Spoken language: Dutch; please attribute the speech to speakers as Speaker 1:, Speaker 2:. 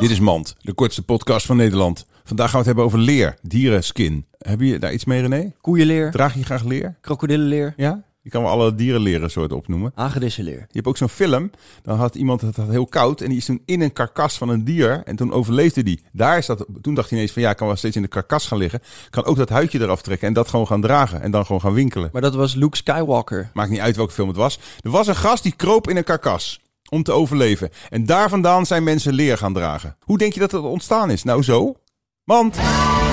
Speaker 1: Dit is Mand, de kortste podcast van Nederland. Vandaag gaan we het hebben over leer, dierenskin. Heb je daar iets mee, René?
Speaker 2: Koeienleer,
Speaker 1: Draag je graag leer?
Speaker 2: krokodillenleer,
Speaker 1: Ja? Je kan wel alle dierenlerensoorten opnoemen.
Speaker 2: hagedissenleer.
Speaker 1: Je hebt ook zo'n film, dan had iemand het had heel koud en die is toen in een karkas van een dier en toen overleefde die. Daar is dat, toen dacht hij ineens van ja, ik kan wel steeds in de karkas gaan liggen. Ik kan ook dat huidje eraf trekken en dat gewoon gaan dragen en dan gewoon gaan winkelen.
Speaker 2: Maar dat was Luke Skywalker.
Speaker 1: Maakt niet uit welke film het was. Er was een gast die kroop in een karkas om te overleven. En daar vandaan zijn mensen leer gaan dragen. Hoe denk je dat dat ontstaan is? Nou zo, want...